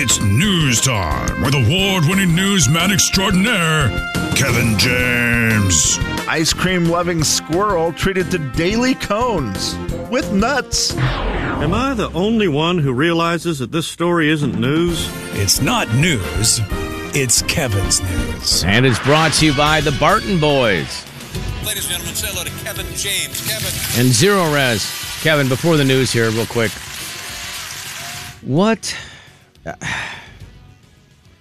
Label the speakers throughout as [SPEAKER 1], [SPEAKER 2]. [SPEAKER 1] It's news time with award winning newsman extraordinaire, Kevin James.
[SPEAKER 2] Ice cream loving squirrel treated to daily cones with nuts.
[SPEAKER 3] Am I the only one who realizes that this story isn't news?
[SPEAKER 4] It's not news, it's Kevin's news.
[SPEAKER 5] And it's brought to you by the Barton Boys
[SPEAKER 6] Ladies and gentlemen, say hello to Kevin James. Kevin.
[SPEAKER 5] and Zero Res. Kevin, before the news here, real quick. What?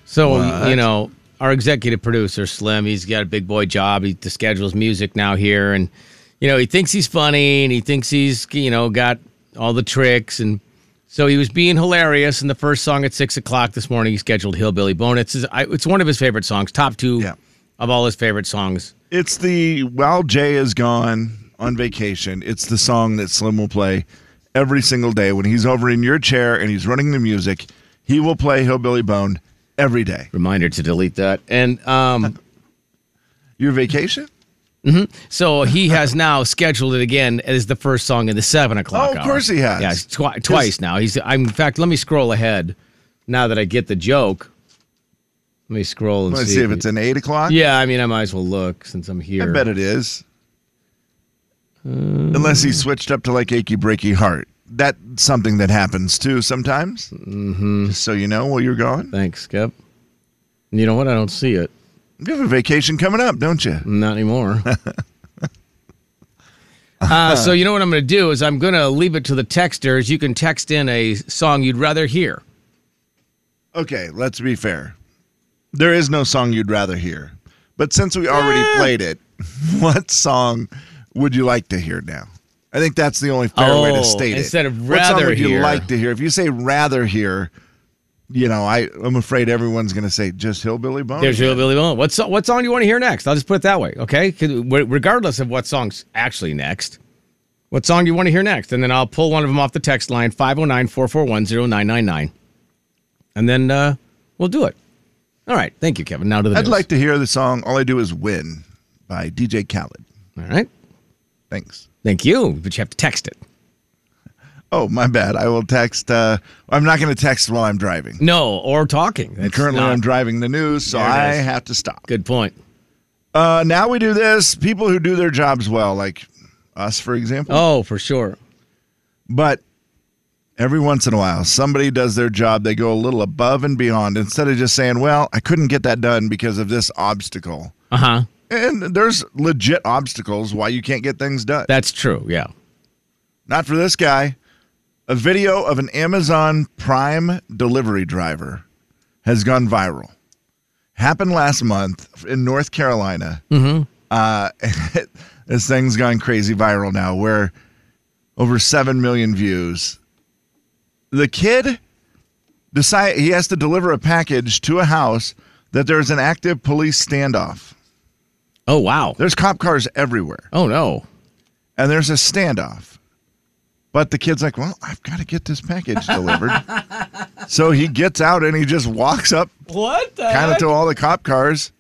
[SPEAKER 5] So, you know, our executive producer, Slim, he's got a big boy job. He schedules music now here. And, you know, he thinks he's funny and he thinks he's, you know, got all the tricks. And so he was being hilarious. And the first song at six o'clock this morning, he scheduled Hillbilly Bone. It's, his, I, it's one of his favorite songs, top two
[SPEAKER 2] Yeah.
[SPEAKER 5] of all his favorite songs.
[SPEAKER 2] It's the while Jay is gone on vacation. It's the song that Slim will play every single day when he's over in your chair and he's running the music. He will play Hillbilly Bone every day.
[SPEAKER 5] Reminder to delete that. And, um,.
[SPEAKER 2] Your vacation?
[SPEAKER 5] So he has now scheduled it again as the first song in the seven o'clock.
[SPEAKER 2] Oh, of
[SPEAKER 5] hour.
[SPEAKER 2] course he has.
[SPEAKER 5] Yeah, it's twi- twice now. He's. I'm, in fact, let me scroll ahead. Now that I get the joke, let me scroll and
[SPEAKER 2] Let's
[SPEAKER 5] see,
[SPEAKER 2] see if it's an eight o'clock.
[SPEAKER 5] Yeah, I mean, I might as well look since I'm
[SPEAKER 2] I
[SPEAKER 5] here.
[SPEAKER 2] bet it is. Unless he switched up to like achy breaky heart. That's something that happens too sometimes. Mm-hmm. Just so you know while you're gone.
[SPEAKER 5] Thanks, Skip. You know what? I don't see it.
[SPEAKER 2] You have a vacation coming up, don't you?
[SPEAKER 5] Not anymore. uh, so you know what I'm going to do is I'm going to leave it to the texters. You can text in a song you'd rather hear.
[SPEAKER 2] Okay, let's be fair. There is no song you'd rather hear. But since we already played it, what song would you like to hear now? I think that's the only fair way
[SPEAKER 5] Oh,
[SPEAKER 2] to state it.
[SPEAKER 5] instead of
[SPEAKER 2] what song
[SPEAKER 5] rather
[SPEAKER 2] would you
[SPEAKER 5] hear.
[SPEAKER 2] like to hear? If you say rather hear, you know, I, I'm afraid everyone's going to say just Hillbilly Bone.
[SPEAKER 5] There's your Billy Boone. What song, what song do you want to hear next? I'll just put it that way, okay? 'Cause w- Regardless of what song's actually next, what song do you want to hear next? And then I'll pull one of them off the text line 509 441 0999. And then uh, we'll do it. All right. Thank you, Kevin. Now to the
[SPEAKER 2] I'd
[SPEAKER 5] news.
[SPEAKER 2] like to hear the song All I Do Is Win by DJ Khaled.
[SPEAKER 5] All right.
[SPEAKER 2] Thanks.
[SPEAKER 5] Thank you. But you have to text it.
[SPEAKER 2] Oh, my bad. I will text. Uh, I'm not going to text while I'm driving.
[SPEAKER 5] No, or talking. That's
[SPEAKER 2] Currently,
[SPEAKER 5] not-
[SPEAKER 2] I'm driving the news, so
[SPEAKER 5] There it
[SPEAKER 2] I
[SPEAKER 5] is.
[SPEAKER 2] have to stop.
[SPEAKER 5] Good point.
[SPEAKER 2] Uh, now we do this. People who do their jobs well, like us, for example.
[SPEAKER 5] Oh, for sure.
[SPEAKER 2] But every once in a while, somebody does their job. They go a little above and beyond instead of just saying, "Well, I couldn't get that done because of this obstacle."
[SPEAKER 5] Uh huh.
[SPEAKER 2] And there's legit obstacles why you can't get things done.
[SPEAKER 5] That's true. Yeah.
[SPEAKER 2] Not for this guy. A video of an Amazon Prime delivery driver has gone viral. Happened last month in North Carolina. Mm-hmm. Uh, this thing's gone crazy viral now, where over 7 million views. The kid decide he has to deliver a package to a house that there's an active police standoff.
[SPEAKER 5] Oh, wow.
[SPEAKER 2] There's cop cars everywhere
[SPEAKER 5] Oh, no.
[SPEAKER 2] and there's a standoff. But the kid's like, well, I've got to get this package delivered. so he gets out and he just walks up
[SPEAKER 5] What the?
[SPEAKER 2] kind of to all the cop cars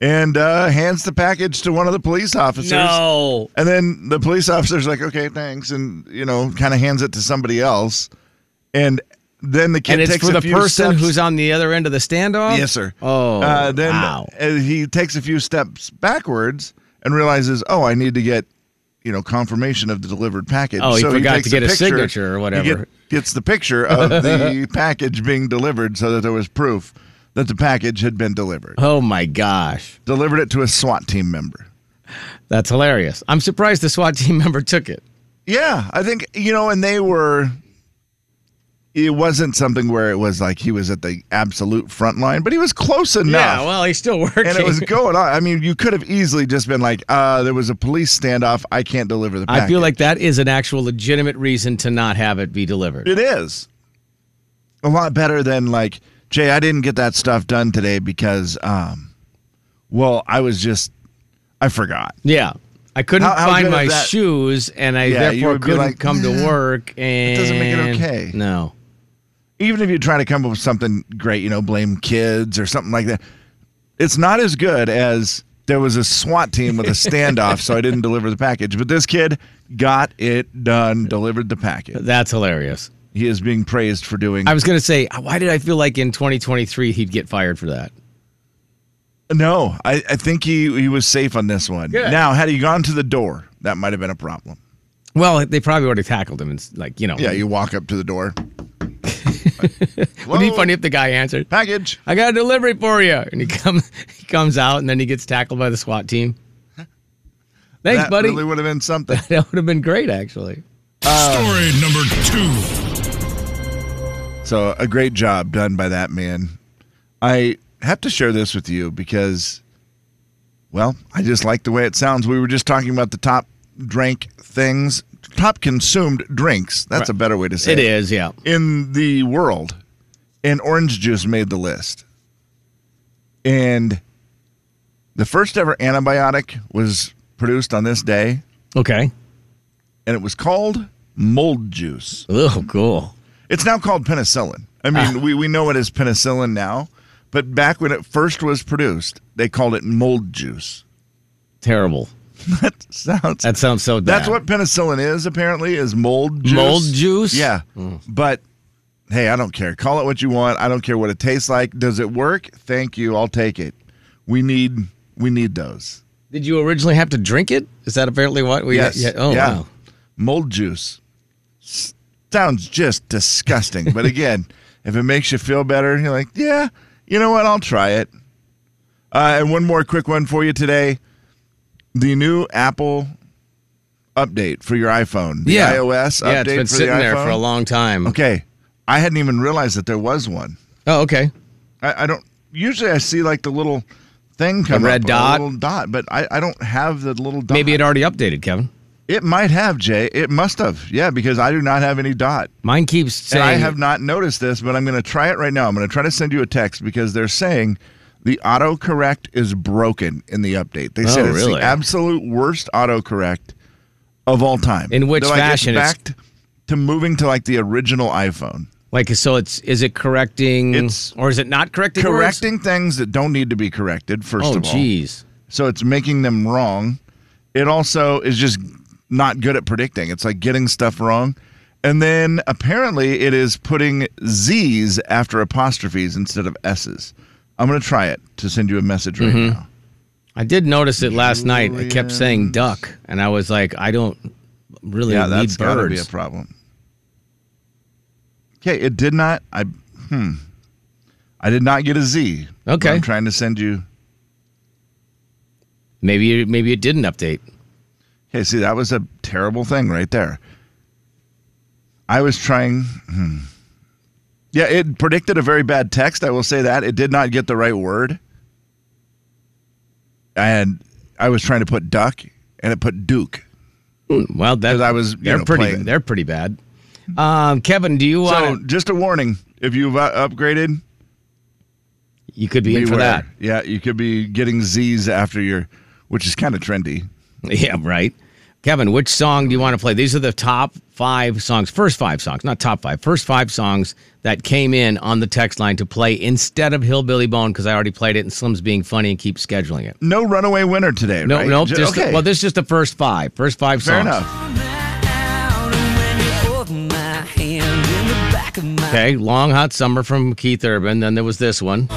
[SPEAKER 2] and uh, hands the package to one of the police officers.
[SPEAKER 5] No.
[SPEAKER 2] And then the police officer's like, okay, thanks. And, you know, kind of hands it to somebody else. And then the kid
[SPEAKER 5] and it's
[SPEAKER 2] takes
[SPEAKER 5] for
[SPEAKER 2] a
[SPEAKER 5] the
[SPEAKER 2] few
[SPEAKER 5] person
[SPEAKER 2] steps-
[SPEAKER 5] who's on the other end of the standoff.
[SPEAKER 2] Yes, sir.
[SPEAKER 5] Oh,
[SPEAKER 2] uh, then
[SPEAKER 5] wow.
[SPEAKER 2] uh, he takes a few steps backwards and realizes, oh, I need to get, you know, confirmation of the delivered package.
[SPEAKER 5] Oh, he forgot
[SPEAKER 2] takes
[SPEAKER 5] to get
[SPEAKER 2] the
[SPEAKER 5] a signature or
[SPEAKER 2] He
[SPEAKER 5] whatever.
[SPEAKER 2] gets the picture of the package being delivered, so that there was proof that the package had been delivered.
[SPEAKER 5] Oh my gosh,
[SPEAKER 2] Delivered it to a SWAT team member.
[SPEAKER 5] that's hilarious. I'm surprised the SWAT team member took it.
[SPEAKER 2] Yeah, I think you know, and they were. It wasn't something where it was like he was at the absolute front line, but he was close enough.
[SPEAKER 5] Yeah, well, he's still working.
[SPEAKER 2] and it was going on. I mean, you could have easily just been like, uh, there was a police standoff. I can't deliver the package.
[SPEAKER 5] I feel like that is an actual legitimate reason to not have it be delivered.
[SPEAKER 2] it is a lot better than like, Jay, I didn't get that stuff done today because, um, well, I was just, I forgot.
[SPEAKER 5] yeah, I couldn't
[SPEAKER 2] How- how
[SPEAKER 5] find
[SPEAKER 2] good
[SPEAKER 5] my
[SPEAKER 2] is that?
[SPEAKER 5] shoes, and I
[SPEAKER 2] Yeah, you
[SPEAKER 5] therefore
[SPEAKER 2] would be
[SPEAKER 5] couldn't
[SPEAKER 2] like,
[SPEAKER 5] come to
[SPEAKER 2] "Nah,
[SPEAKER 5] work. And
[SPEAKER 2] doesn't make it okay."
[SPEAKER 5] No,
[SPEAKER 2] Even if you try to come up with something great, you know, blame kids or something like that, it's not as good as there was a SWAT team with a standoff, so I didn't deliver the package. But this kid got it done, delivered the package.
[SPEAKER 5] that's hilarious.
[SPEAKER 2] he is being praised for doing.
[SPEAKER 5] I was going to say, why did I feel like in 2023 he'd get fired for that?
[SPEAKER 2] no, I, I think he, he was safe on this one.
[SPEAKER 5] Good.
[SPEAKER 2] Now, had he gone to the door, that might have been a problem.
[SPEAKER 5] Well, they probably would have tackled him and s- like you know.
[SPEAKER 2] Yeah, you walk up to the door.
[SPEAKER 5] Wouldn't it be
[SPEAKER 2] Hello?
[SPEAKER 5] funny if the guy answered,
[SPEAKER 2] Package.
[SPEAKER 5] "I got a delivery for you," and he comes he comes out and then he gets tackled by the SWAT team. Thanks,
[SPEAKER 2] that
[SPEAKER 5] buddy.
[SPEAKER 2] really would have been something.
[SPEAKER 5] that would have been great, actually.
[SPEAKER 1] Oh. Story number two.
[SPEAKER 2] So a great job done by that man. I have to share this with you because, well, I just like the way it sounds. We were just talking about the top drank things, top consumed drinks. That's a better way to say
[SPEAKER 5] It
[SPEAKER 2] it.
[SPEAKER 5] is, yeah.
[SPEAKER 2] in the world, and orange juice made the list. And the first ever antibiotic was produced on this day,
[SPEAKER 5] Okay.
[SPEAKER 2] and it was called mold juice.
[SPEAKER 5] Oh, cool.
[SPEAKER 2] It's now called penicillin. I mean, we, we know it as penicillin now, but back when it first was produced, they called it mold juice.
[SPEAKER 5] Terrible.
[SPEAKER 2] That sounds.
[SPEAKER 5] That sounds so bad.
[SPEAKER 2] that's what penicillin is, apparently, is mold juice.
[SPEAKER 5] Mold juice? Hmm.
[SPEAKER 2] Yeah. But hey, I don't care. Call it what you want. I don't care what it tastes like. Does it work? Thank you. I'll take it. We need we need those.
[SPEAKER 5] Did you originally have to drink it? Is that apparently what we?
[SPEAKER 2] Yes.
[SPEAKER 5] Yeah. Oh,
[SPEAKER 2] Yeah.
[SPEAKER 5] wow.
[SPEAKER 2] Mold juice. S- Sounds just disgusting. But again, if it makes you feel better, you're like, yeah, you know what? I'll try it. Uh, and one more quick one for you today. The new Apple update for your iPhone. The
[SPEAKER 5] yeah.
[SPEAKER 2] iOS update
[SPEAKER 5] Yeah, it's been
[SPEAKER 2] for
[SPEAKER 5] sitting
[SPEAKER 2] the iPhone.
[SPEAKER 5] there for a long time.
[SPEAKER 2] Okay. I hadn't even realized that there was one.
[SPEAKER 5] Oh, okay.
[SPEAKER 2] I, I don't usually I see like the little thing come
[SPEAKER 5] red
[SPEAKER 2] up,
[SPEAKER 5] dot?
[SPEAKER 2] a little dot, but I, I don't have the little dot.
[SPEAKER 5] Maybe it already updated, Kevin.
[SPEAKER 2] It might have, Jay. It must have. Yeah, because I do not have any dot.
[SPEAKER 5] Mine keeps saying.
[SPEAKER 2] and I have not noticed this, but I'm going to try it right now. I'm going to try to send you a text because they're saying the autocorrect is broken in the update. They said
[SPEAKER 5] Oh,
[SPEAKER 2] it's
[SPEAKER 5] really?
[SPEAKER 2] the absolute worst autocorrect of all time.
[SPEAKER 5] In which
[SPEAKER 2] Though I get
[SPEAKER 5] fashion? It's-
[SPEAKER 2] Back to moving to like the original iPhone.
[SPEAKER 5] like so. It's is it correcting?
[SPEAKER 2] It's-
[SPEAKER 5] or is it not correcting? words?
[SPEAKER 2] Correcting things that don't need to be corrected, first
[SPEAKER 5] Oh,
[SPEAKER 2] of all.
[SPEAKER 5] jeez.
[SPEAKER 2] so it's making them wrong. It also is just not good at predicting. It's like getting stuff wrong. And then apparently it is putting Z's after apostrophes instead of S's. I'm going to try it to send you a message right
[SPEAKER 5] Mm-hmm.
[SPEAKER 2] now.
[SPEAKER 5] I did notice it last night. It kept saying duck, and I was like, I don't really
[SPEAKER 2] Yeah,
[SPEAKER 5] need
[SPEAKER 2] that's got to be a
[SPEAKER 5] birds.
[SPEAKER 2] problem. Okay, it did not. I hmm. I did not get a Z. but
[SPEAKER 5] Okay.
[SPEAKER 2] I'm trying to send you.
[SPEAKER 5] maybe it- maybe it didn't update.
[SPEAKER 2] Okay, see that was a terrible thing right there. I was trying. Hmm. Yeah, it predicted a very bad text. I will say that it did not get the right word, and I was trying to put duck, and it put Duke.
[SPEAKER 5] Hmm, Well, that
[SPEAKER 2] 'Cause I was, you
[SPEAKER 5] They're
[SPEAKER 2] know,
[SPEAKER 5] pretty.
[SPEAKER 2] playing.
[SPEAKER 5] They're pretty bad. Um, Kevin, do you
[SPEAKER 2] So,
[SPEAKER 5] want? to
[SPEAKER 2] just a warning: if you've uh, upgraded,
[SPEAKER 5] you could be in for that.
[SPEAKER 2] beware. Yeah, you could be getting Z's after your, which is kind of trendy.
[SPEAKER 5] Yeah, right. Kevin, which song do you want to play? These are the top five songs, first five songs, not top five, first five songs that came in on the text line to play instead of Hillbilly Bone because I already played it and Slim's being funny and keeps scheduling it.
[SPEAKER 2] No runaway winner today.
[SPEAKER 5] No,
[SPEAKER 2] right?
[SPEAKER 5] no,
[SPEAKER 2] Ju-
[SPEAKER 5] just
[SPEAKER 2] okay.
[SPEAKER 5] well, this is just the first five, first five
[SPEAKER 2] fair
[SPEAKER 5] songs.
[SPEAKER 2] enough.
[SPEAKER 5] Okay, Long Hot Summer from Keith Urban. Then there was this one.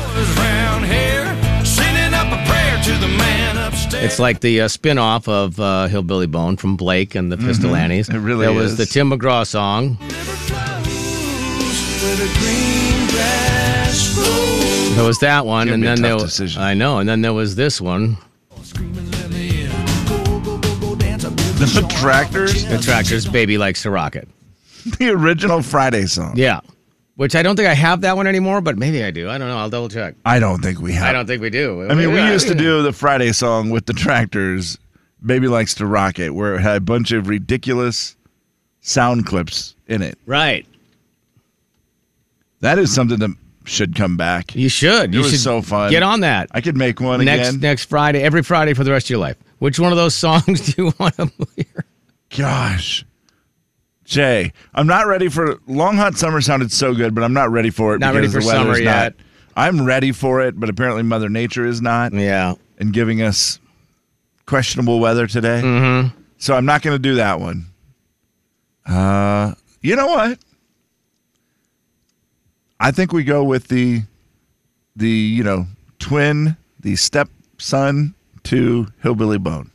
[SPEAKER 5] It's like the uh, spin-off of uh, Hillbilly Bone from Blake and the Pistolantes.
[SPEAKER 2] Mm-hmm. It really
[SPEAKER 5] There was
[SPEAKER 2] is.
[SPEAKER 5] the Tim McGraw song. There was that one,
[SPEAKER 2] Gonna
[SPEAKER 5] and
[SPEAKER 2] be a
[SPEAKER 5] then
[SPEAKER 2] tough
[SPEAKER 5] there was
[SPEAKER 2] decision.
[SPEAKER 5] I know, and then there was this one.
[SPEAKER 2] The tractors,
[SPEAKER 5] The Tractors, "Baby Likes to Rock It."
[SPEAKER 2] the original Friday song.
[SPEAKER 5] Yeah, which I don't think I have that one anymore, but maybe I do. I don't know. I'll double check.
[SPEAKER 2] I don't think we have.
[SPEAKER 5] I don't think we do.
[SPEAKER 2] I mean, we used to do the Friday song with the tractors. Baby likes to rock it, where it had a bunch of ridiculous sound clips in it.
[SPEAKER 5] right.
[SPEAKER 2] That is something that should come back.
[SPEAKER 5] You should.
[SPEAKER 2] It
[SPEAKER 5] you
[SPEAKER 2] was
[SPEAKER 5] should
[SPEAKER 2] so fun.
[SPEAKER 5] Get on that.
[SPEAKER 2] I could make one
[SPEAKER 5] next
[SPEAKER 2] again.
[SPEAKER 5] next Friday, every Friday for the rest of your life. Which one of those songs do you want to hear?
[SPEAKER 2] Gosh, Jay, I'm not ready for long hot summer. Sounded so good, but I'm not ready for it.
[SPEAKER 5] Not ready
[SPEAKER 2] because
[SPEAKER 5] for
[SPEAKER 2] the weather's
[SPEAKER 5] summer
[SPEAKER 2] not-
[SPEAKER 5] yet.
[SPEAKER 2] I'm ready for it, but apparently Mother Nature is not.
[SPEAKER 5] Yeah.
[SPEAKER 2] and giving us questionable weather today. So I'm not going to do that one. Uh, you know what? I think we go with the the you know twin, the stepson to Hillbilly Bone.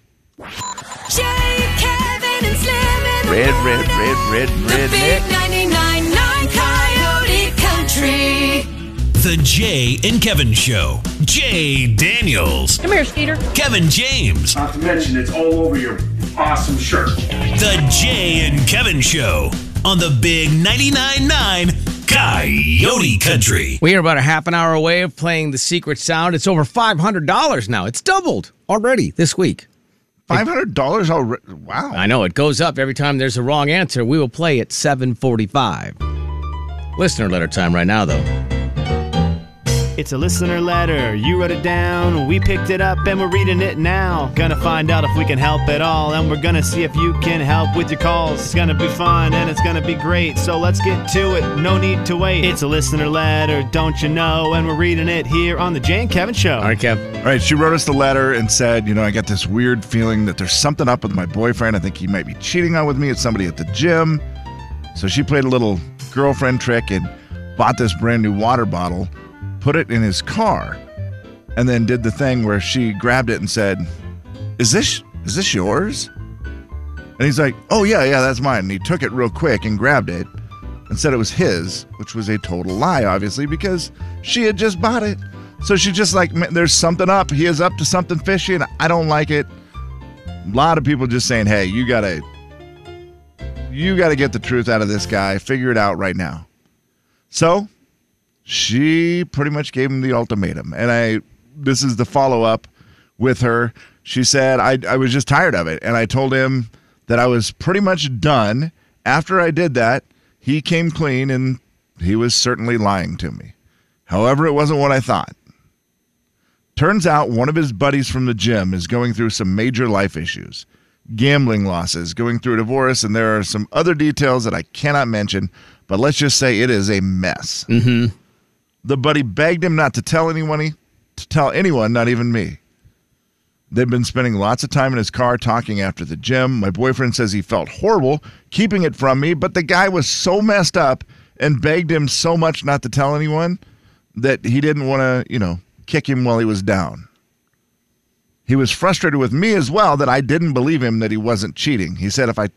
[SPEAKER 7] Jay, Kevin, and Slim in the
[SPEAKER 2] Red, red,
[SPEAKER 7] morning.
[SPEAKER 2] red, red,
[SPEAKER 7] The
[SPEAKER 2] red,
[SPEAKER 7] big 99.9 Coyote Country.
[SPEAKER 4] The Jay and Kevin Show. Jay Daniels.
[SPEAKER 8] Come here, Skeeter.
[SPEAKER 4] Kevin James.
[SPEAKER 9] Not to mention, it's all over your awesome shirt.
[SPEAKER 4] The Jay and Kevin Show on the Big 99.9 Coyote Country.
[SPEAKER 5] We are about a half an hour away of playing the secret sound. It's over five hundred dollars now. It's doubled already this week.
[SPEAKER 2] Five hundred dollars already. Wow.
[SPEAKER 5] I know it goes up every time there's a wrong answer. We will play at seven forty-five. Listener letter time right now, though.
[SPEAKER 10] It's a listener letter. You wrote it down. We picked it up and we're reading it now. Gonna find out if we can help at all. And we're gonna see if you can help with your calls. It's gonna be fun and it's gonna be great. So let's get to it. No need to wait. It's a listener letter, don't you know? And we're reading it here on the Jay and Kevin Show.
[SPEAKER 5] All right, Kev.
[SPEAKER 2] All right, she wrote us the letter and said, you know, I got this weird feeling that there's something up with my boyfriend. I think he might be cheating on with me. It's somebody at the gym. So she played a little girlfriend trick and bought this brand new water bottle, put it in his car, and then did the thing where she grabbed it and said, "Is this is this yours?" And he's like, "Oh yeah, yeah, that's mine." And he took it real quick and grabbed it and said it was his, which was a total lie, obviously, because she had just bought it. So she's just like, "Man, there's something up. He is up to something fishy, and I don't like it. A lot of people just saying, hey, you gotta, you gotta get the truth out of this guy. Figure it out right now. So she pretty much gave him the ultimatum. And I, this is the follow up with her. She said, I, I was just tired of it. And I told him that I was pretty much done. After I did that, he came clean and he was certainly lying to me. However, it wasn't what I thought. Turns out one of his buddies from the gym is going through some major life issues gambling losses, going through a divorce, and there are some other details that I cannot mention, but let's just say it is a mess. The buddy begged him not to tell anyone, to tell anyone, not even me. They've been spending lots of time in his car talking after the gym. My boyfriend says he felt horrible keeping it from me, but the guy was so messed up and begged him so much not to tell anyone that he didn't want to, you know, kick him while he was down. He was frustrated with me as well that I didn't believe him that he wasn't cheating. He said, If I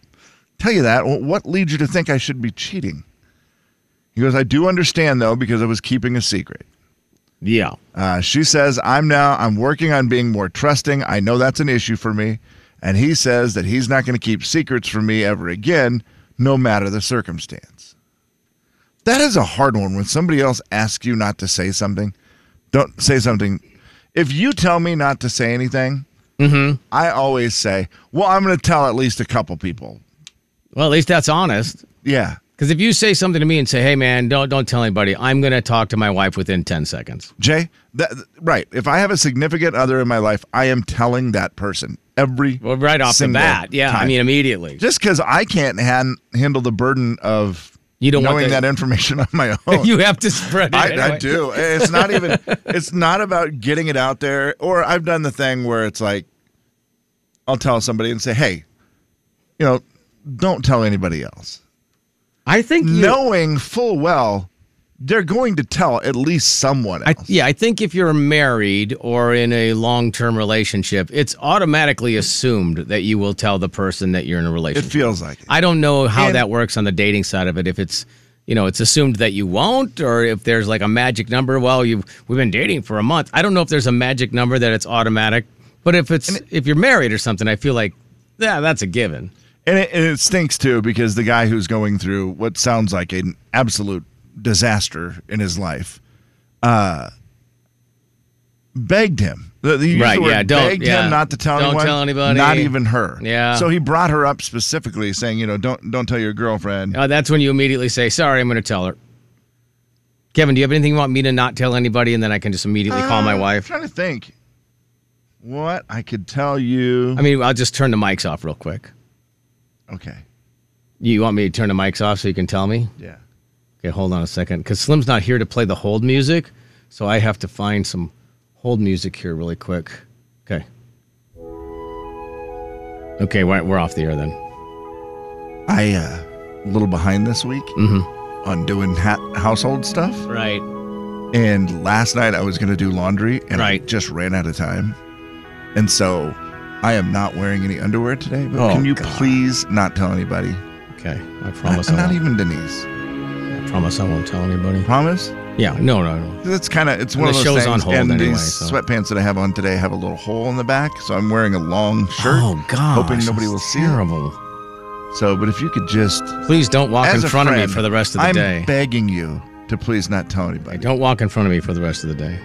[SPEAKER 2] tell you that, wh- what leads you to think I should be cheating? He goes, I do understand though, because I was keeping a secret.
[SPEAKER 5] Yeah.
[SPEAKER 2] Uh, she says, I'm now, I'm working on being more trusting. I know that's an issue for me. And he says that he's not going to keep secrets from me ever again, no matter the circumstance. That is a hard one when somebody else asks you not to say something. Don't say something. If you tell me not to say anything,
[SPEAKER 5] Mm-hmm.
[SPEAKER 2] I always say, Well, I'm going to tell at least a couple people.
[SPEAKER 5] Well, at least that's honest.
[SPEAKER 2] Yeah.
[SPEAKER 5] Because if you say something to me and say, "Hey, man, don't don't tell anybody," I'm gonna talk to my wife within ten seconds.
[SPEAKER 2] Jay, that, right. If I have a significant other in my life, I am telling that person every
[SPEAKER 5] Well, right off the
[SPEAKER 2] single
[SPEAKER 5] bat, yeah. I
[SPEAKER 2] time.
[SPEAKER 5] mean, immediately.
[SPEAKER 2] just because I can't han- handle the burden of
[SPEAKER 5] You don't want
[SPEAKER 2] knowing
[SPEAKER 5] the-
[SPEAKER 2] that information on my own.
[SPEAKER 5] you have to spread it.
[SPEAKER 2] I, I
[SPEAKER 5] anyway.
[SPEAKER 2] do. It's not even. it's not about getting it out there. Or I've done the thing where it's like, I'll tell somebody and say, "Hey, you know, don't tell anybody else,"
[SPEAKER 5] I think you,
[SPEAKER 2] knowing full well they're going to tell at least someone
[SPEAKER 5] I,
[SPEAKER 2] else.
[SPEAKER 5] yeah, I think if you're married or in a long term relationship, it's automatically assumed that you will tell the person that you're in a
[SPEAKER 2] it
[SPEAKER 5] relationship.
[SPEAKER 2] feels like it.
[SPEAKER 5] I don't know how
[SPEAKER 2] And-
[SPEAKER 5] that works on the dating side of it. If it's you know, it's assumed that you won't, or if there's like a magic number. Well, you we've been dating for a month. I don't know if there's a magic number that it's automatic. But if it's if you're married or something, I feel like yeah, that's a given.
[SPEAKER 2] And it, and it stinks too because the guy who's going through what sounds like an absolute disaster in his life, uh, begged him. The- the- you use
[SPEAKER 5] Right,
[SPEAKER 2] the word
[SPEAKER 5] yeah, don't-
[SPEAKER 2] begged
[SPEAKER 5] yeah.
[SPEAKER 2] him not to tell
[SPEAKER 5] Don't
[SPEAKER 2] anyone.
[SPEAKER 5] tell anybody.
[SPEAKER 2] Not even her.
[SPEAKER 5] Yeah.
[SPEAKER 2] So he brought her up specifically, saying, you know, don't don't tell your girlfriend.
[SPEAKER 5] Uh, that's when you immediately say, "Sorry, I'm going to tell her." Kevin, do you have anything you want me to not tell anybody, and then I can just immediately call my
[SPEAKER 2] Uh,
[SPEAKER 5] wife?
[SPEAKER 2] I'm trying to think what I could tell you.
[SPEAKER 5] I mean, I'll just turn the mics off real quick.
[SPEAKER 2] okay.
[SPEAKER 5] You want me to turn the mics off so you can tell me?
[SPEAKER 2] Yeah.
[SPEAKER 5] Okay, hold on a second, because Slim's not here to play the hold music, so I have to find some hold music here really quick. Okay. Okay, we're, we're off the air then.
[SPEAKER 2] I uh, a little behind this week.
[SPEAKER 5] Mm-hmm.
[SPEAKER 2] on doing ha- household stuff.
[SPEAKER 5] Right.
[SPEAKER 2] And last night I was going to do laundry and I
[SPEAKER 5] Right.
[SPEAKER 2] just ran out of time. And so I am not wearing any underwear today. But
[SPEAKER 5] Oh,
[SPEAKER 2] can you
[SPEAKER 5] God.
[SPEAKER 2] please not tell anybody?
[SPEAKER 5] Okay. I promise. I,
[SPEAKER 2] Not, not
[SPEAKER 5] won't.
[SPEAKER 2] even Denise.
[SPEAKER 5] I promise I won't tell anybody.
[SPEAKER 2] Promise?
[SPEAKER 5] Yeah. No. No. No.
[SPEAKER 2] That's kind of it's one
[SPEAKER 5] The
[SPEAKER 2] of those
[SPEAKER 5] show's
[SPEAKER 2] things.
[SPEAKER 5] on hold
[SPEAKER 2] and
[SPEAKER 5] anyway,
[SPEAKER 2] these
[SPEAKER 5] so-
[SPEAKER 2] sweatpants that I have on today have a little hole in the back, so I'm wearing a long shirt.
[SPEAKER 5] Oh God.
[SPEAKER 2] hoping nobody will see it.
[SPEAKER 5] Terrible.
[SPEAKER 2] So, but if you could just
[SPEAKER 5] Please don't walk
[SPEAKER 2] as
[SPEAKER 5] in
[SPEAKER 2] a
[SPEAKER 5] front of
[SPEAKER 2] friend,
[SPEAKER 5] me for the rest of the
[SPEAKER 2] I'm
[SPEAKER 5] day.
[SPEAKER 2] begging you to please not tell anybody.
[SPEAKER 5] don't walk in front of me for the rest of the day.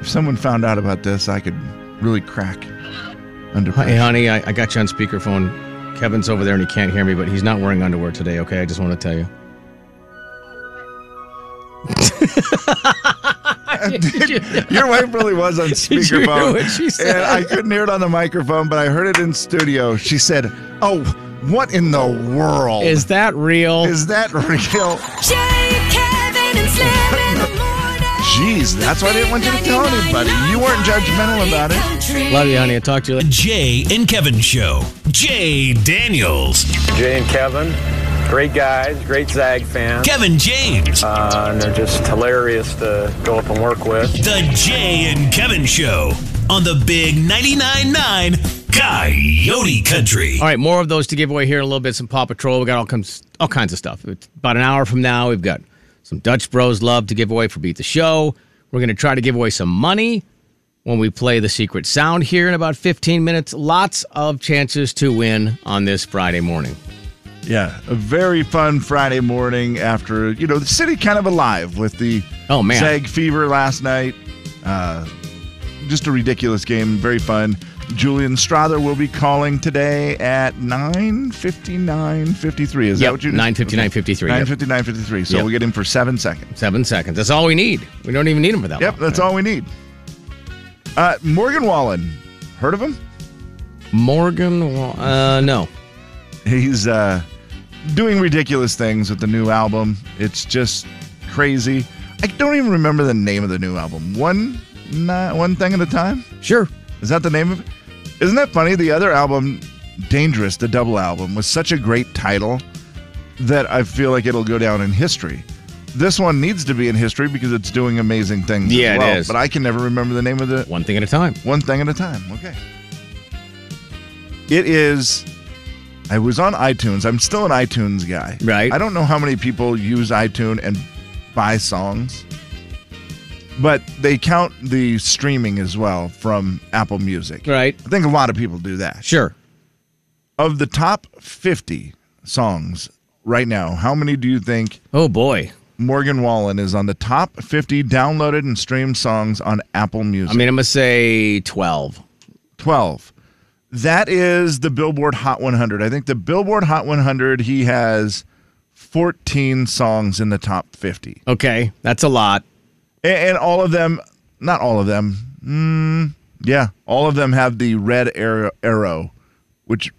[SPEAKER 2] If someone found out about this, I could really crack under
[SPEAKER 5] Hey,
[SPEAKER 2] pressure.
[SPEAKER 5] honey, I, I got you on speakerphone. Kevin's over there and he can't hear me, but he's not wearing underwear today, okay? I just want to tell you.
[SPEAKER 2] Your wife really was on
[SPEAKER 5] you hear
[SPEAKER 2] speakerphone.
[SPEAKER 5] what she said?
[SPEAKER 2] And I couldn't hear it on the microphone, but I heard it in studio. She said, Oh, what in the world?
[SPEAKER 5] Is that real?
[SPEAKER 2] Is that real?
[SPEAKER 7] Jay, Kevin, and Slim in the morning.
[SPEAKER 2] Jeez, that's why I didn't want you to tell anybody. You weren't judgmental about it.
[SPEAKER 5] Love you, honey. I'll talk to you later.
[SPEAKER 4] Jay and Kevin Show. Jay Daniels.
[SPEAKER 8] Jay and Kevin, great guys, great Zag fans,
[SPEAKER 4] Kevin James.
[SPEAKER 8] uh, and they're just hilarious to go up and work with.
[SPEAKER 4] The Jay and Kevin Show on the Big 99.9 9 Coyote Country.
[SPEAKER 5] All right, more of those to give away here in a little bit. Some Paw Patrol. We got all kinds, all kinds of stuff. It's about an hour from now, we've got some Dutch Bros love to give away for Beat the Show. We're going to try to give away some money when we play the secret sound here in about 15 minutes. Lots of chances to win on this Friday morning.
[SPEAKER 2] Yeah, a very fun Friday morning after, you know, the city kind of alive with the
[SPEAKER 5] Oh, man.
[SPEAKER 2] Zag fever last night. Uh, just a ridiculous game, very fun. Julian Strother will be calling today at 9.59.53. Is that
[SPEAKER 5] Yep,
[SPEAKER 2] what you just
[SPEAKER 5] 9:59:53, yep.
[SPEAKER 2] 9.59.53, so
[SPEAKER 5] Yep.
[SPEAKER 2] we get him for seven seconds.
[SPEAKER 5] Seven seconds. That's all we need. We don't even need them for that
[SPEAKER 2] Yep,
[SPEAKER 5] long.
[SPEAKER 2] that's all we need. Uh, Morgan Wallen, heard of him?
[SPEAKER 5] Morgan, Wa- uh, no.
[SPEAKER 2] He's uh, doing ridiculous things with the new album. It's just crazy. I don't even remember the name of the new album. One, ni- one thing at a time.
[SPEAKER 5] Sure.
[SPEAKER 2] Is that the name of it? Isn't that funny? The other album, Dangerous, the double album, was such a great title that I feel like it'll go down in history. This one needs to be in history because it's doing amazing things.
[SPEAKER 5] Yeah,
[SPEAKER 2] as
[SPEAKER 5] it
[SPEAKER 2] well,
[SPEAKER 5] is.
[SPEAKER 2] But I can never remember the name of the
[SPEAKER 5] One thing at a time.
[SPEAKER 2] one thing at a time. Okay. It is. I was on iTunes. I'm still an iTunes guy.
[SPEAKER 5] Right.
[SPEAKER 2] I don't know how many people use iTunes and buy songs, but they count the streaming as well from Apple Music.
[SPEAKER 5] Right.
[SPEAKER 2] I think a lot of people do that.
[SPEAKER 5] Sure.
[SPEAKER 2] Of the top 50 songs right now, how many do you think
[SPEAKER 5] Oh, boy.
[SPEAKER 2] Morgan Wallen is on the top 50 downloaded and streamed songs on Apple Music?
[SPEAKER 5] I mean, I'm going to say 12.
[SPEAKER 2] 12. That is the Billboard Hot 100. I think the Billboard Hot 100, he has 14 songs in the top 50.
[SPEAKER 5] Okay. That's a lot.
[SPEAKER 2] A- And, all of them, not all of them, mm, yeah, all of them have the red arrow, arrow, which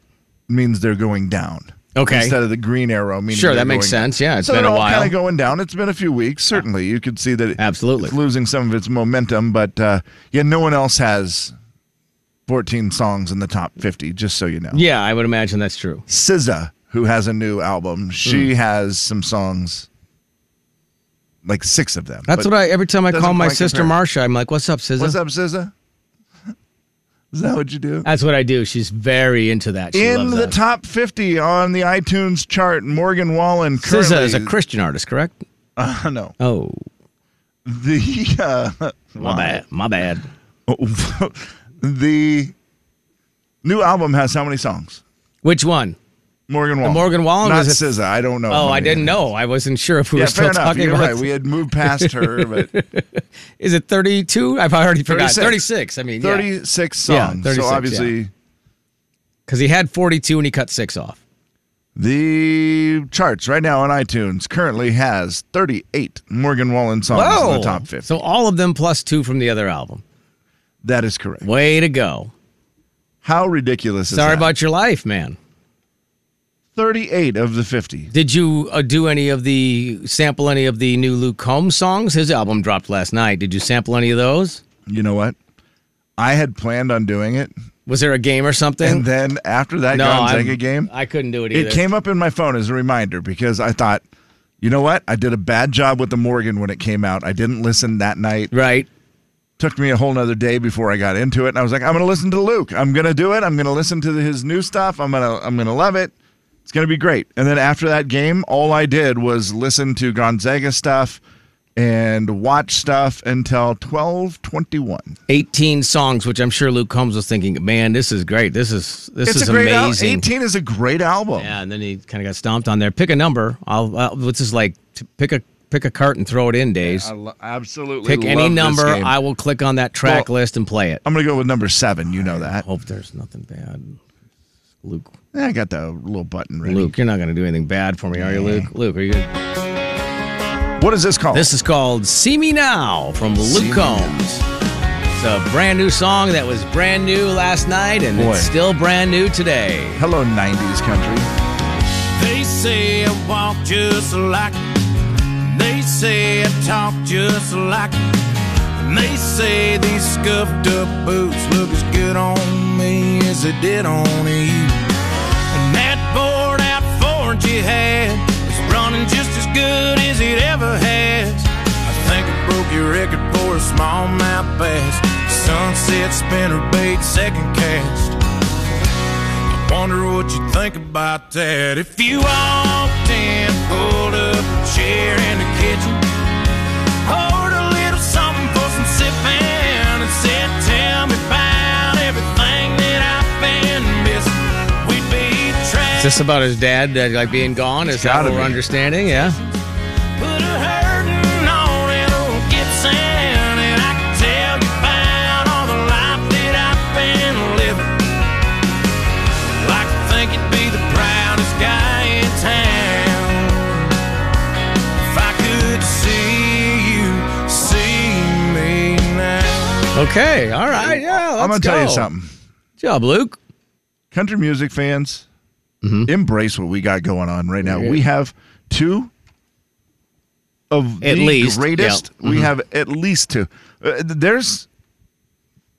[SPEAKER 2] means they're going down.
[SPEAKER 5] Okay.
[SPEAKER 2] Instead of the green arrow, meaning
[SPEAKER 5] Sure,
[SPEAKER 2] they're
[SPEAKER 5] that makes
[SPEAKER 2] going-
[SPEAKER 5] sense. Yeah, it's
[SPEAKER 2] so
[SPEAKER 5] been
[SPEAKER 2] they're
[SPEAKER 5] a
[SPEAKER 2] all Kind
[SPEAKER 5] while.
[SPEAKER 2] of going down. It's been a few weeks. Certainly, you could see that it,
[SPEAKER 5] Absolutely.
[SPEAKER 2] it's losing some of its momentum. But uh, yeah, no one else has 14 songs in the top 50. Just so you know,
[SPEAKER 5] Yeah, I would imagine that's true.
[SPEAKER 2] SZA, who has a new
[SPEAKER 5] Hmm.
[SPEAKER 2] album, she has some songs, like six of them.
[SPEAKER 5] That's
[SPEAKER 2] But
[SPEAKER 5] what I, every time I
[SPEAKER 2] doesn't
[SPEAKER 5] call my
[SPEAKER 2] quite
[SPEAKER 5] sister
[SPEAKER 2] compare.
[SPEAKER 5] Marsha, I'm like, what's up, SZA?
[SPEAKER 2] What's up, SZA? Is that what you do?
[SPEAKER 5] That's what I do. She's very into that. She
[SPEAKER 2] in
[SPEAKER 5] loves
[SPEAKER 2] the
[SPEAKER 5] that.
[SPEAKER 2] top 50 on the iTunes chart, Morgan Wallen currently
[SPEAKER 5] SZA is a Christian artist, correct?
[SPEAKER 2] Uh, no,
[SPEAKER 5] Oh,
[SPEAKER 2] the uh,
[SPEAKER 5] my bad. My bad.
[SPEAKER 2] the new album has how many songs?
[SPEAKER 5] Which one?
[SPEAKER 2] Morgan Wallen.
[SPEAKER 5] Morgan Wallen
[SPEAKER 2] not
[SPEAKER 5] was a-
[SPEAKER 2] SZA. I don't know.
[SPEAKER 5] Oh,
[SPEAKER 2] how
[SPEAKER 5] I
[SPEAKER 2] many
[SPEAKER 5] didn't
[SPEAKER 2] it is.
[SPEAKER 5] know. I wasn't sure if we
[SPEAKER 2] Yeah,
[SPEAKER 5] were still
[SPEAKER 2] fair enough.
[SPEAKER 5] talking
[SPEAKER 2] You're
[SPEAKER 5] about.
[SPEAKER 2] right. We had moved past her, but
[SPEAKER 5] Is it 32? I've already forgot.
[SPEAKER 2] 36.
[SPEAKER 5] 36. I mean, 30.
[SPEAKER 2] 36
[SPEAKER 5] Yeah,
[SPEAKER 2] songs.
[SPEAKER 5] 36,
[SPEAKER 2] so
[SPEAKER 5] yeah.
[SPEAKER 2] obviously,
[SPEAKER 5] Because he had 42 and he cut six off.
[SPEAKER 2] the charts right now on iTunes currently has 38 Morgan Wallen songs Oh, in the top 50.
[SPEAKER 5] So all of them plus two from the other album.
[SPEAKER 2] that is correct.
[SPEAKER 5] Way to go.
[SPEAKER 2] How ridiculous is
[SPEAKER 5] Sorry
[SPEAKER 2] that?
[SPEAKER 5] about your life, man.
[SPEAKER 2] 38 of the 50.
[SPEAKER 5] Did you uh, do any of the sample any of the new Luke Combs songs? His album dropped last night. Did you sample any of those?
[SPEAKER 2] You know what? I had planned on doing it,
[SPEAKER 5] Was there a game or something?
[SPEAKER 2] And then after that
[SPEAKER 5] no,
[SPEAKER 2] Gonzaga
[SPEAKER 5] I'm-
[SPEAKER 2] game,
[SPEAKER 5] I couldn't do it either.
[SPEAKER 2] it came up in my phone as a reminder because I thought, you know what? I did a bad job with the Morgan when it came out. I didn't listen that night.
[SPEAKER 5] right.
[SPEAKER 2] Took me a whole nother day before I got into it. And I was like, I'm going to listen to Luke. I'm going to do it. I'm going to listen to his new stuff. I'm going to I'm going to love it. It's going to be great. And then after that game, all I did was listen to Gonzaga stuff and watch stuff until 12:21.
[SPEAKER 5] 18 songs, which I'm sure Luke Combs was thinking, man, this is great. This is this
[SPEAKER 2] it's
[SPEAKER 5] is
[SPEAKER 2] a great al-
[SPEAKER 5] amazing.
[SPEAKER 2] 18 is a great album.
[SPEAKER 5] Yeah, and then he kind of got stomped on there. Pick a number. I'll. Uh, what's this like? T- pick a pick a cart and throw it in. Days.
[SPEAKER 2] I lo- absolutely
[SPEAKER 5] pick any
[SPEAKER 2] love this
[SPEAKER 5] number.
[SPEAKER 2] game.
[SPEAKER 5] I will click on that track
[SPEAKER 2] Well-
[SPEAKER 5] list and play it.
[SPEAKER 2] I'm going to go with number 7, you know that.
[SPEAKER 5] Hope there's nothing bad. Luke,
[SPEAKER 2] Yeah, Eh, I got the little button ready.
[SPEAKER 5] Luke, you're not going to do anything bad for me, are you, Luke? Luke, are you? Gonna...
[SPEAKER 2] What is this called?
[SPEAKER 5] This is called "See Me Now" from
[SPEAKER 2] See Me
[SPEAKER 5] Luke Combs. It's a brand new song that was brand new last night, and
[SPEAKER 2] Boy.
[SPEAKER 5] it's still brand new today.
[SPEAKER 2] Hello 90s country.
[SPEAKER 4] They say I walk just like. They say I talk just like. And they say these scuffed up boots look as good on me as they did on you. And that bored out forge you had is running just as good as it ever has. I think I broke your record for a small mouth bass. Sunset spinner bait second cast. Wonder what you think about that. If you walked in, pulled up a chair in the kitchen, poured a little something for some sipping, and said, Tell me about everything that I've been missing, we'd be
[SPEAKER 5] Is
[SPEAKER 4] trapped.
[SPEAKER 5] this about his dad that like being gone? Is that
[SPEAKER 2] gotta
[SPEAKER 5] what we're
[SPEAKER 2] be.
[SPEAKER 5] understanding? Yeah.
[SPEAKER 4] Put a hurtin' on an old Gibson, and I can tell you about all the life that I've been living. Like to think you'd be the proudest guy in town. If I could see you, see me now.
[SPEAKER 5] Okay. All right. Yeah. Let's
[SPEAKER 2] I'm going to tell you
[SPEAKER 5] go.
[SPEAKER 2] something.
[SPEAKER 5] Good job, Luke.
[SPEAKER 2] country music fans, embrace what we got going on right now.
[SPEAKER 5] Mm-hmm. Yeah.
[SPEAKER 2] We have two of
[SPEAKER 5] At
[SPEAKER 2] the
[SPEAKER 5] least,
[SPEAKER 2] greatest.
[SPEAKER 5] yeah. Mm-hmm.
[SPEAKER 2] We have at least two. Uh, th- there's,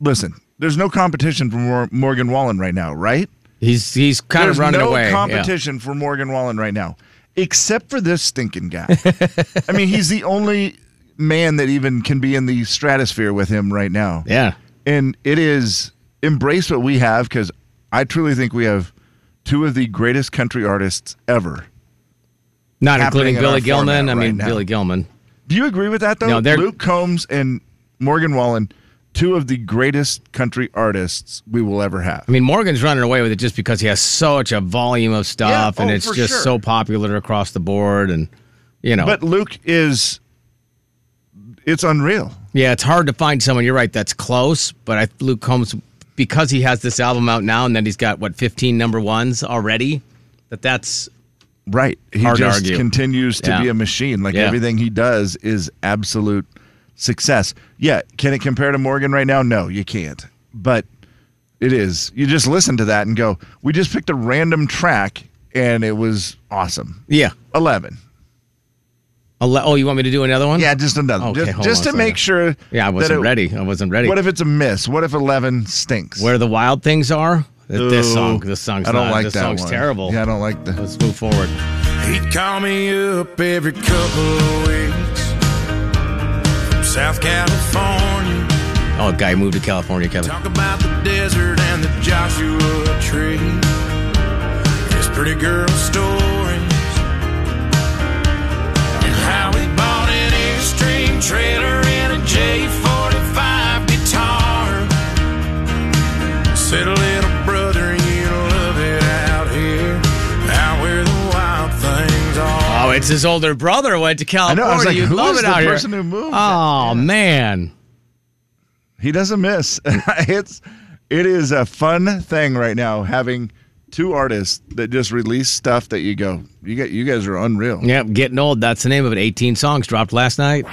[SPEAKER 2] listen, there's no competition for Mor- Morgan Wallen right now, right?
[SPEAKER 5] He's he's kind
[SPEAKER 2] there's
[SPEAKER 5] of running
[SPEAKER 2] no
[SPEAKER 5] away. yeah.
[SPEAKER 2] competition for Morgan Wallen right now, except for this stinking guy. I mean, he's the only man that even can be in the stratosphere with him right now
[SPEAKER 5] Yeah.
[SPEAKER 2] and it is embrace what we have because I truly think we have two of the greatest country artists ever.
[SPEAKER 5] Not
[SPEAKER 2] Happening
[SPEAKER 5] including
[SPEAKER 2] in
[SPEAKER 5] Billy
[SPEAKER 2] our format
[SPEAKER 5] Gilman. I
[SPEAKER 2] right
[SPEAKER 5] mean
[SPEAKER 2] now.
[SPEAKER 5] Billy Gilman.
[SPEAKER 2] Do you agree with that though?
[SPEAKER 5] No, they're-
[SPEAKER 2] Luke Combs and Morgan Wallen, two of the greatest country artists we will ever have.
[SPEAKER 5] I mean Morgan's running away with it just because he has such a volume of stuff
[SPEAKER 2] Yeah,
[SPEAKER 5] and
[SPEAKER 2] oh,
[SPEAKER 5] it's
[SPEAKER 2] for
[SPEAKER 5] just
[SPEAKER 2] sure.
[SPEAKER 5] so popular across the board and you know.
[SPEAKER 2] But Luke is it's unreal.
[SPEAKER 5] Yeah, it's hard to find someone. You're right. That's close, but I, Luke Combs, because he has this album out now, and then he's got what 15 number ones already. That that's
[SPEAKER 2] Right. He
[SPEAKER 5] Hard to
[SPEAKER 2] just
[SPEAKER 5] argue.
[SPEAKER 2] continues to
[SPEAKER 5] Yeah.
[SPEAKER 2] be a machine. Like
[SPEAKER 5] Yeah.
[SPEAKER 2] everything he does is absolute success. Yeah. Can it compare to Morgan right now? No, you can't. But it is. You just listen to that and go, we just picked a random track and it was awesome.
[SPEAKER 5] yeah.
[SPEAKER 2] 11.
[SPEAKER 5] Ele- oh, you want me to do another one?
[SPEAKER 2] Yeah, just another.
[SPEAKER 5] Okay,
[SPEAKER 2] just
[SPEAKER 5] hold
[SPEAKER 2] just to
[SPEAKER 5] on a
[SPEAKER 2] make
[SPEAKER 5] second.
[SPEAKER 2] sure.
[SPEAKER 5] Yeah, I
[SPEAKER 2] that
[SPEAKER 5] wasn't
[SPEAKER 2] it-
[SPEAKER 5] ready. I wasn't ready.
[SPEAKER 2] What if it's a miss? What if 11 stinks?
[SPEAKER 5] Where the wild things are? Th- This
[SPEAKER 2] Ooh,
[SPEAKER 5] song. This song's.
[SPEAKER 2] I don't
[SPEAKER 5] not-
[SPEAKER 2] like
[SPEAKER 5] this
[SPEAKER 2] that
[SPEAKER 5] song's
[SPEAKER 2] one.
[SPEAKER 5] terrible.
[SPEAKER 2] Yeah, I don't like that.
[SPEAKER 5] Let's move forward.
[SPEAKER 4] He'd call me up every couple of weeks from South California.
[SPEAKER 5] Oh, guy moved to California, Kevin.
[SPEAKER 4] Talk about the desert and the Joshua tree. His pretty girl stories. And how he bought an Airstream trailer and a J45 guitar. Said, little brother, you love it out here. Out where the wild things are.
[SPEAKER 5] Oh, it's his older brother went to California.
[SPEAKER 2] I was like,
[SPEAKER 5] You'd
[SPEAKER 2] who
[SPEAKER 5] love
[SPEAKER 2] is
[SPEAKER 5] it
[SPEAKER 2] the
[SPEAKER 5] out here.
[SPEAKER 2] person who moved?
[SPEAKER 5] Oh man.
[SPEAKER 2] He doesn't miss. it's it is a fun thing right now having two artists that just release stuff that you go, you get you guys are unreal.
[SPEAKER 5] Yep, getting old. That's the name of it. 18 songs dropped last night.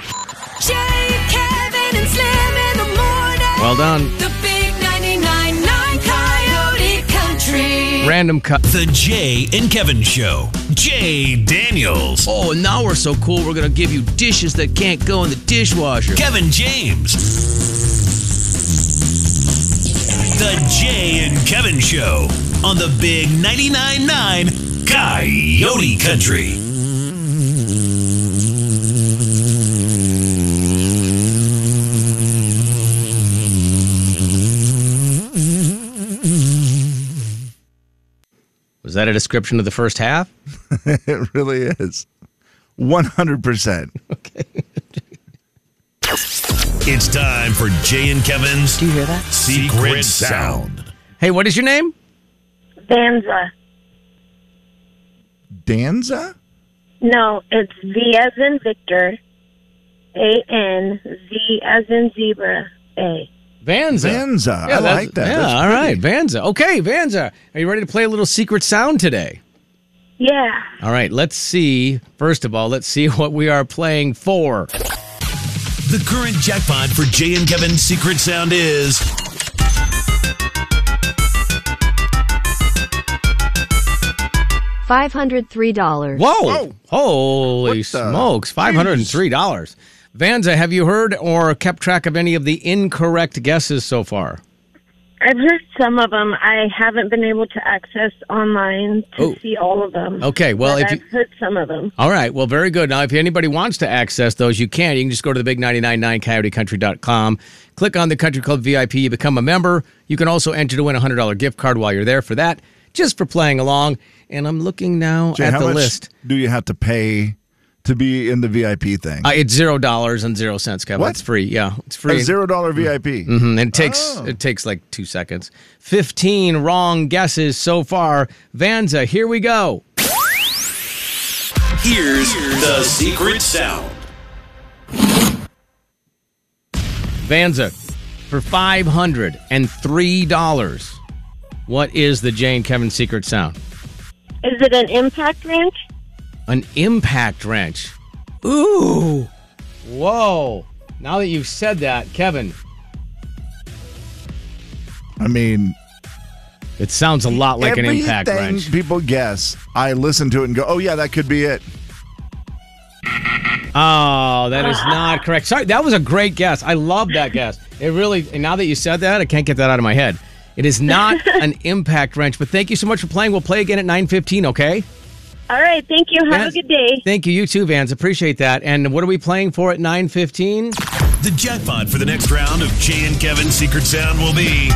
[SPEAKER 7] Jay, Kevin, and Slim in the morning.
[SPEAKER 5] Well done.
[SPEAKER 7] The big 99.9 Coyote Country.
[SPEAKER 5] Random cut.
[SPEAKER 4] The Jay and Kevin Show. Jay Daniels.
[SPEAKER 5] Oh, and now we're so cool. We're gonna give you dishes that can't go in the dishwasher.
[SPEAKER 4] Kevin James.
[SPEAKER 11] The Jay and Kevin Show on the Big 99.9 9 Coyote Country.
[SPEAKER 5] Was that a description of the first half?
[SPEAKER 2] it really is. 100%.
[SPEAKER 11] It's time for Jay and Kevin's Do you hear that? Secret,
[SPEAKER 5] Secret
[SPEAKER 11] Sound.
[SPEAKER 5] Hey, what is your name?
[SPEAKER 12] Danza.
[SPEAKER 2] Danza?
[SPEAKER 12] No, it's V as in Victor. A N Z as in zebra. A.
[SPEAKER 5] Vanza.
[SPEAKER 2] Vanza. I
[SPEAKER 5] that's-
[SPEAKER 2] like that.
[SPEAKER 5] Yeah,
[SPEAKER 2] That's
[SPEAKER 5] all right. Vanza. Okay, Vanza. Are you ready to play a little secret sound today?
[SPEAKER 12] Yeah.
[SPEAKER 5] All right, let's see. First of all, let's see what we are playing for.
[SPEAKER 11] The current jackpot for Jay and Kevin's Secret Sound is
[SPEAKER 13] $503.
[SPEAKER 5] Whoa! Holy smokes. $503. Vanza, have you heard or kept track of any of the incorrect guesses so far?
[SPEAKER 12] I've heard some of them. I haven't been able to access online to
[SPEAKER 5] Oh.
[SPEAKER 12] see all of them.
[SPEAKER 5] Okay, well,
[SPEAKER 12] but
[SPEAKER 5] if
[SPEAKER 12] I've
[SPEAKER 5] you-
[SPEAKER 12] heard some of them.
[SPEAKER 5] All right. Well, very good. Now, if anybody wants to access those, you can. You can just go to the big999coyotecountry.com, click on the Country Club VIP, you become a member. You can also enter to win a $100 gift card while you're there for that, just for playing along. And I'm looking now
[SPEAKER 2] Jay,
[SPEAKER 5] at
[SPEAKER 2] how
[SPEAKER 5] the
[SPEAKER 2] much
[SPEAKER 5] list.
[SPEAKER 2] do you have to pay to be in the VIP thing?
[SPEAKER 5] Uh, it's zero dollars and zero cents, Kevin.
[SPEAKER 2] What?
[SPEAKER 5] It's free. Yeah, it's free.
[SPEAKER 2] A zero dollar VIP.
[SPEAKER 5] hmm And it takes it takes like two seconds. Fifteen wrong guesses so far. Vanza, here we go.
[SPEAKER 11] Here's the Secret Sound.
[SPEAKER 5] Vanza, for five hundred and three dollars. What is the Jane Kevin secret sound?
[SPEAKER 12] Is it an impact wrench?
[SPEAKER 5] An impact wrench. Ooh. Whoa. Now that you've said that, Kevin,
[SPEAKER 2] I mean,
[SPEAKER 5] it sounds a lot like an impact
[SPEAKER 2] everything
[SPEAKER 5] wrench.
[SPEAKER 2] People guess. I listen to it and go, "Oh yeah, that could be it."
[SPEAKER 5] Oh, that is not correct. Sorry, that was a great guess. I love that guess. It really, and now that you said that, I can't get that out of my head. It is not an impact wrench, but thank you so much for playing. We'll play again at 9.15, okay?
[SPEAKER 12] All right. Thank you. Have
[SPEAKER 5] Vans-
[SPEAKER 12] a good day.
[SPEAKER 5] Thank you. You too, Vans. Appreciate that. And what are we playing for at 9.15?
[SPEAKER 11] The jackpot for the next round of Jay and Kevin's Secret Sound will be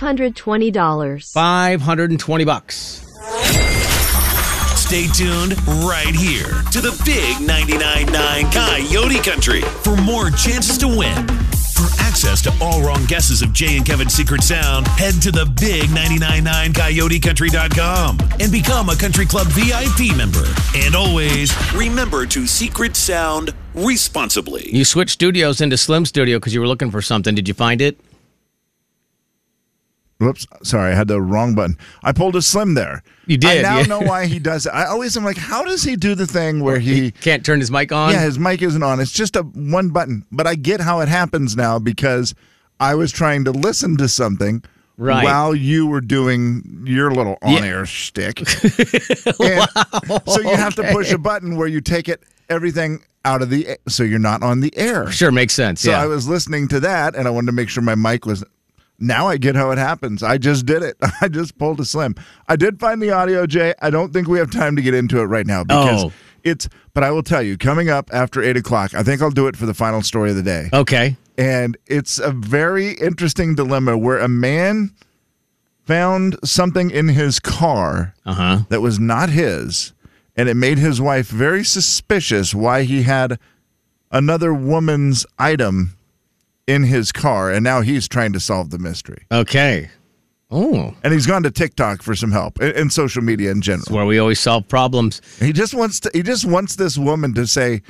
[SPEAKER 13] $520.
[SPEAKER 5] 520 bucks.
[SPEAKER 11] Stay tuned right here to the Big 99.9 Coyote Country for more chances to win. For access to all wrong guesses of Jay and Kevin's Secret Sound, head to the Big 99.9 CoyoteCountry.com and become a Country Club VIP member. And always remember to Secret Sound responsibly.
[SPEAKER 5] You switched studios into Slim Studio because you were looking for something. Did you find it?
[SPEAKER 2] Whoops, sorry, I had the wrong button. I pulled a slim there.
[SPEAKER 5] You did,
[SPEAKER 2] I now
[SPEAKER 5] yeah.
[SPEAKER 2] know why he does it. I always am like, how does he do the thing where he
[SPEAKER 5] Can't turn his mic on?
[SPEAKER 2] yeah his mic isn't on? It's just a one button. But I get how it happens now because I was trying to listen to something.
[SPEAKER 5] Right.
[SPEAKER 2] While you were doing your little on-air shtick, And so you have to push a button where you take it everything out of the a- so you're not on the air.
[SPEAKER 5] Sure, makes sense.
[SPEAKER 2] So
[SPEAKER 5] yeah.
[SPEAKER 2] I was listening to that, and I wanted to make sure my mic was. Now I get how it happens. I just did it. I just pulled a slim. I did find the audio, Jay. I don't think we have time to get into it right now because
[SPEAKER 5] Oh.
[SPEAKER 2] it's. But I will tell you, coming up after eight o'clock, I think I'll do it for the final story of the day.
[SPEAKER 5] okay.
[SPEAKER 2] And it's a very interesting dilemma where a man found something in his car
[SPEAKER 5] Uh-huh.
[SPEAKER 2] that was not his, and it made his wife very suspicious why he had another woman's item in his car, and now he's trying to solve the mystery.
[SPEAKER 5] Okay. Oh.
[SPEAKER 2] And he's gone to TikTok for some help and, and social media in
[SPEAKER 5] It's
[SPEAKER 2] general.
[SPEAKER 5] where we always solve problems.
[SPEAKER 2] He just wants to. He just wants this woman to say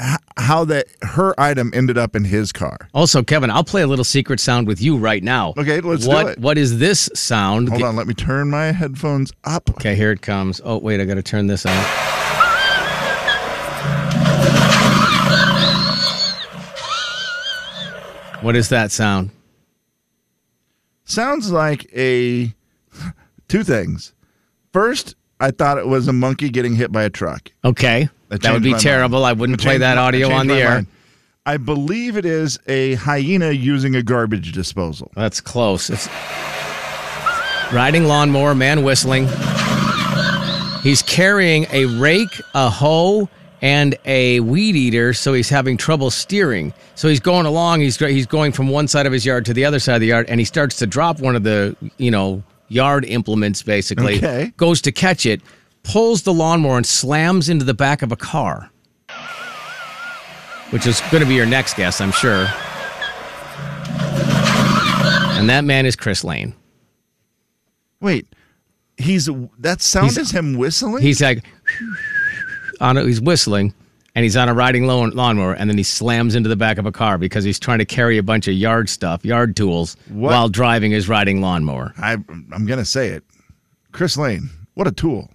[SPEAKER 2] h- how that her item ended up in his car.
[SPEAKER 5] Also, Kevin, I'll play a little secret sound with you right now.
[SPEAKER 2] Okay, let's do
[SPEAKER 5] what,
[SPEAKER 2] it.
[SPEAKER 5] What is this sound?
[SPEAKER 2] Hold on, let me turn my headphones up.
[SPEAKER 5] Okay, here it comes. Oh, wait, I got to turn this on. What is that sound?
[SPEAKER 2] Sounds like a two things. First, I thought it was a monkey getting hit by a truck.
[SPEAKER 5] Okay.
[SPEAKER 2] I
[SPEAKER 5] That would
[SPEAKER 2] changed
[SPEAKER 5] be
[SPEAKER 2] my
[SPEAKER 5] terrible.
[SPEAKER 2] mind.
[SPEAKER 5] I wouldn't
[SPEAKER 2] I
[SPEAKER 5] play
[SPEAKER 2] changed
[SPEAKER 5] that
[SPEAKER 2] my- I
[SPEAKER 5] audio
[SPEAKER 2] changed
[SPEAKER 5] on the
[SPEAKER 2] my
[SPEAKER 5] air.
[SPEAKER 2] mind. I believe it is a hyena using a garbage disposal.
[SPEAKER 5] That's close. It's riding lawnmower, man whistling. He's carrying a rake, a hoe, and a weed eater, so he's having trouble steering. So he's going along. He's he's going from one side of his yard to the other side of the yard, and he starts to drop one of the you know yard implements. Basically,
[SPEAKER 2] Okay.
[SPEAKER 5] goes to catch it, pulls the lawnmower, and slams into the back of a car. Which is going to be your next guess, I'm sure. And that man is Chris Lane.
[SPEAKER 2] Wait, he's that sound
[SPEAKER 5] He's-
[SPEAKER 2] is him whistling.
[SPEAKER 5] He's like, on a, he's whistling, and he's on a riding lawn, lawnmower, and then he slams into the back of a car because he's trying to carry a bunch of yard stuff, yard tools, while driving his riding lawnmower.
[SPEAKER 2] I, I'm gonna say it, Chris Lane. What a tool!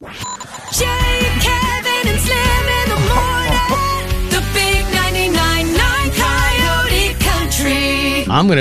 [SPEAKER 7] Jay, Kevin, and Slim in the morning. The big 99.9 Coyote Country.
[SPEAKER 5] I'm gonna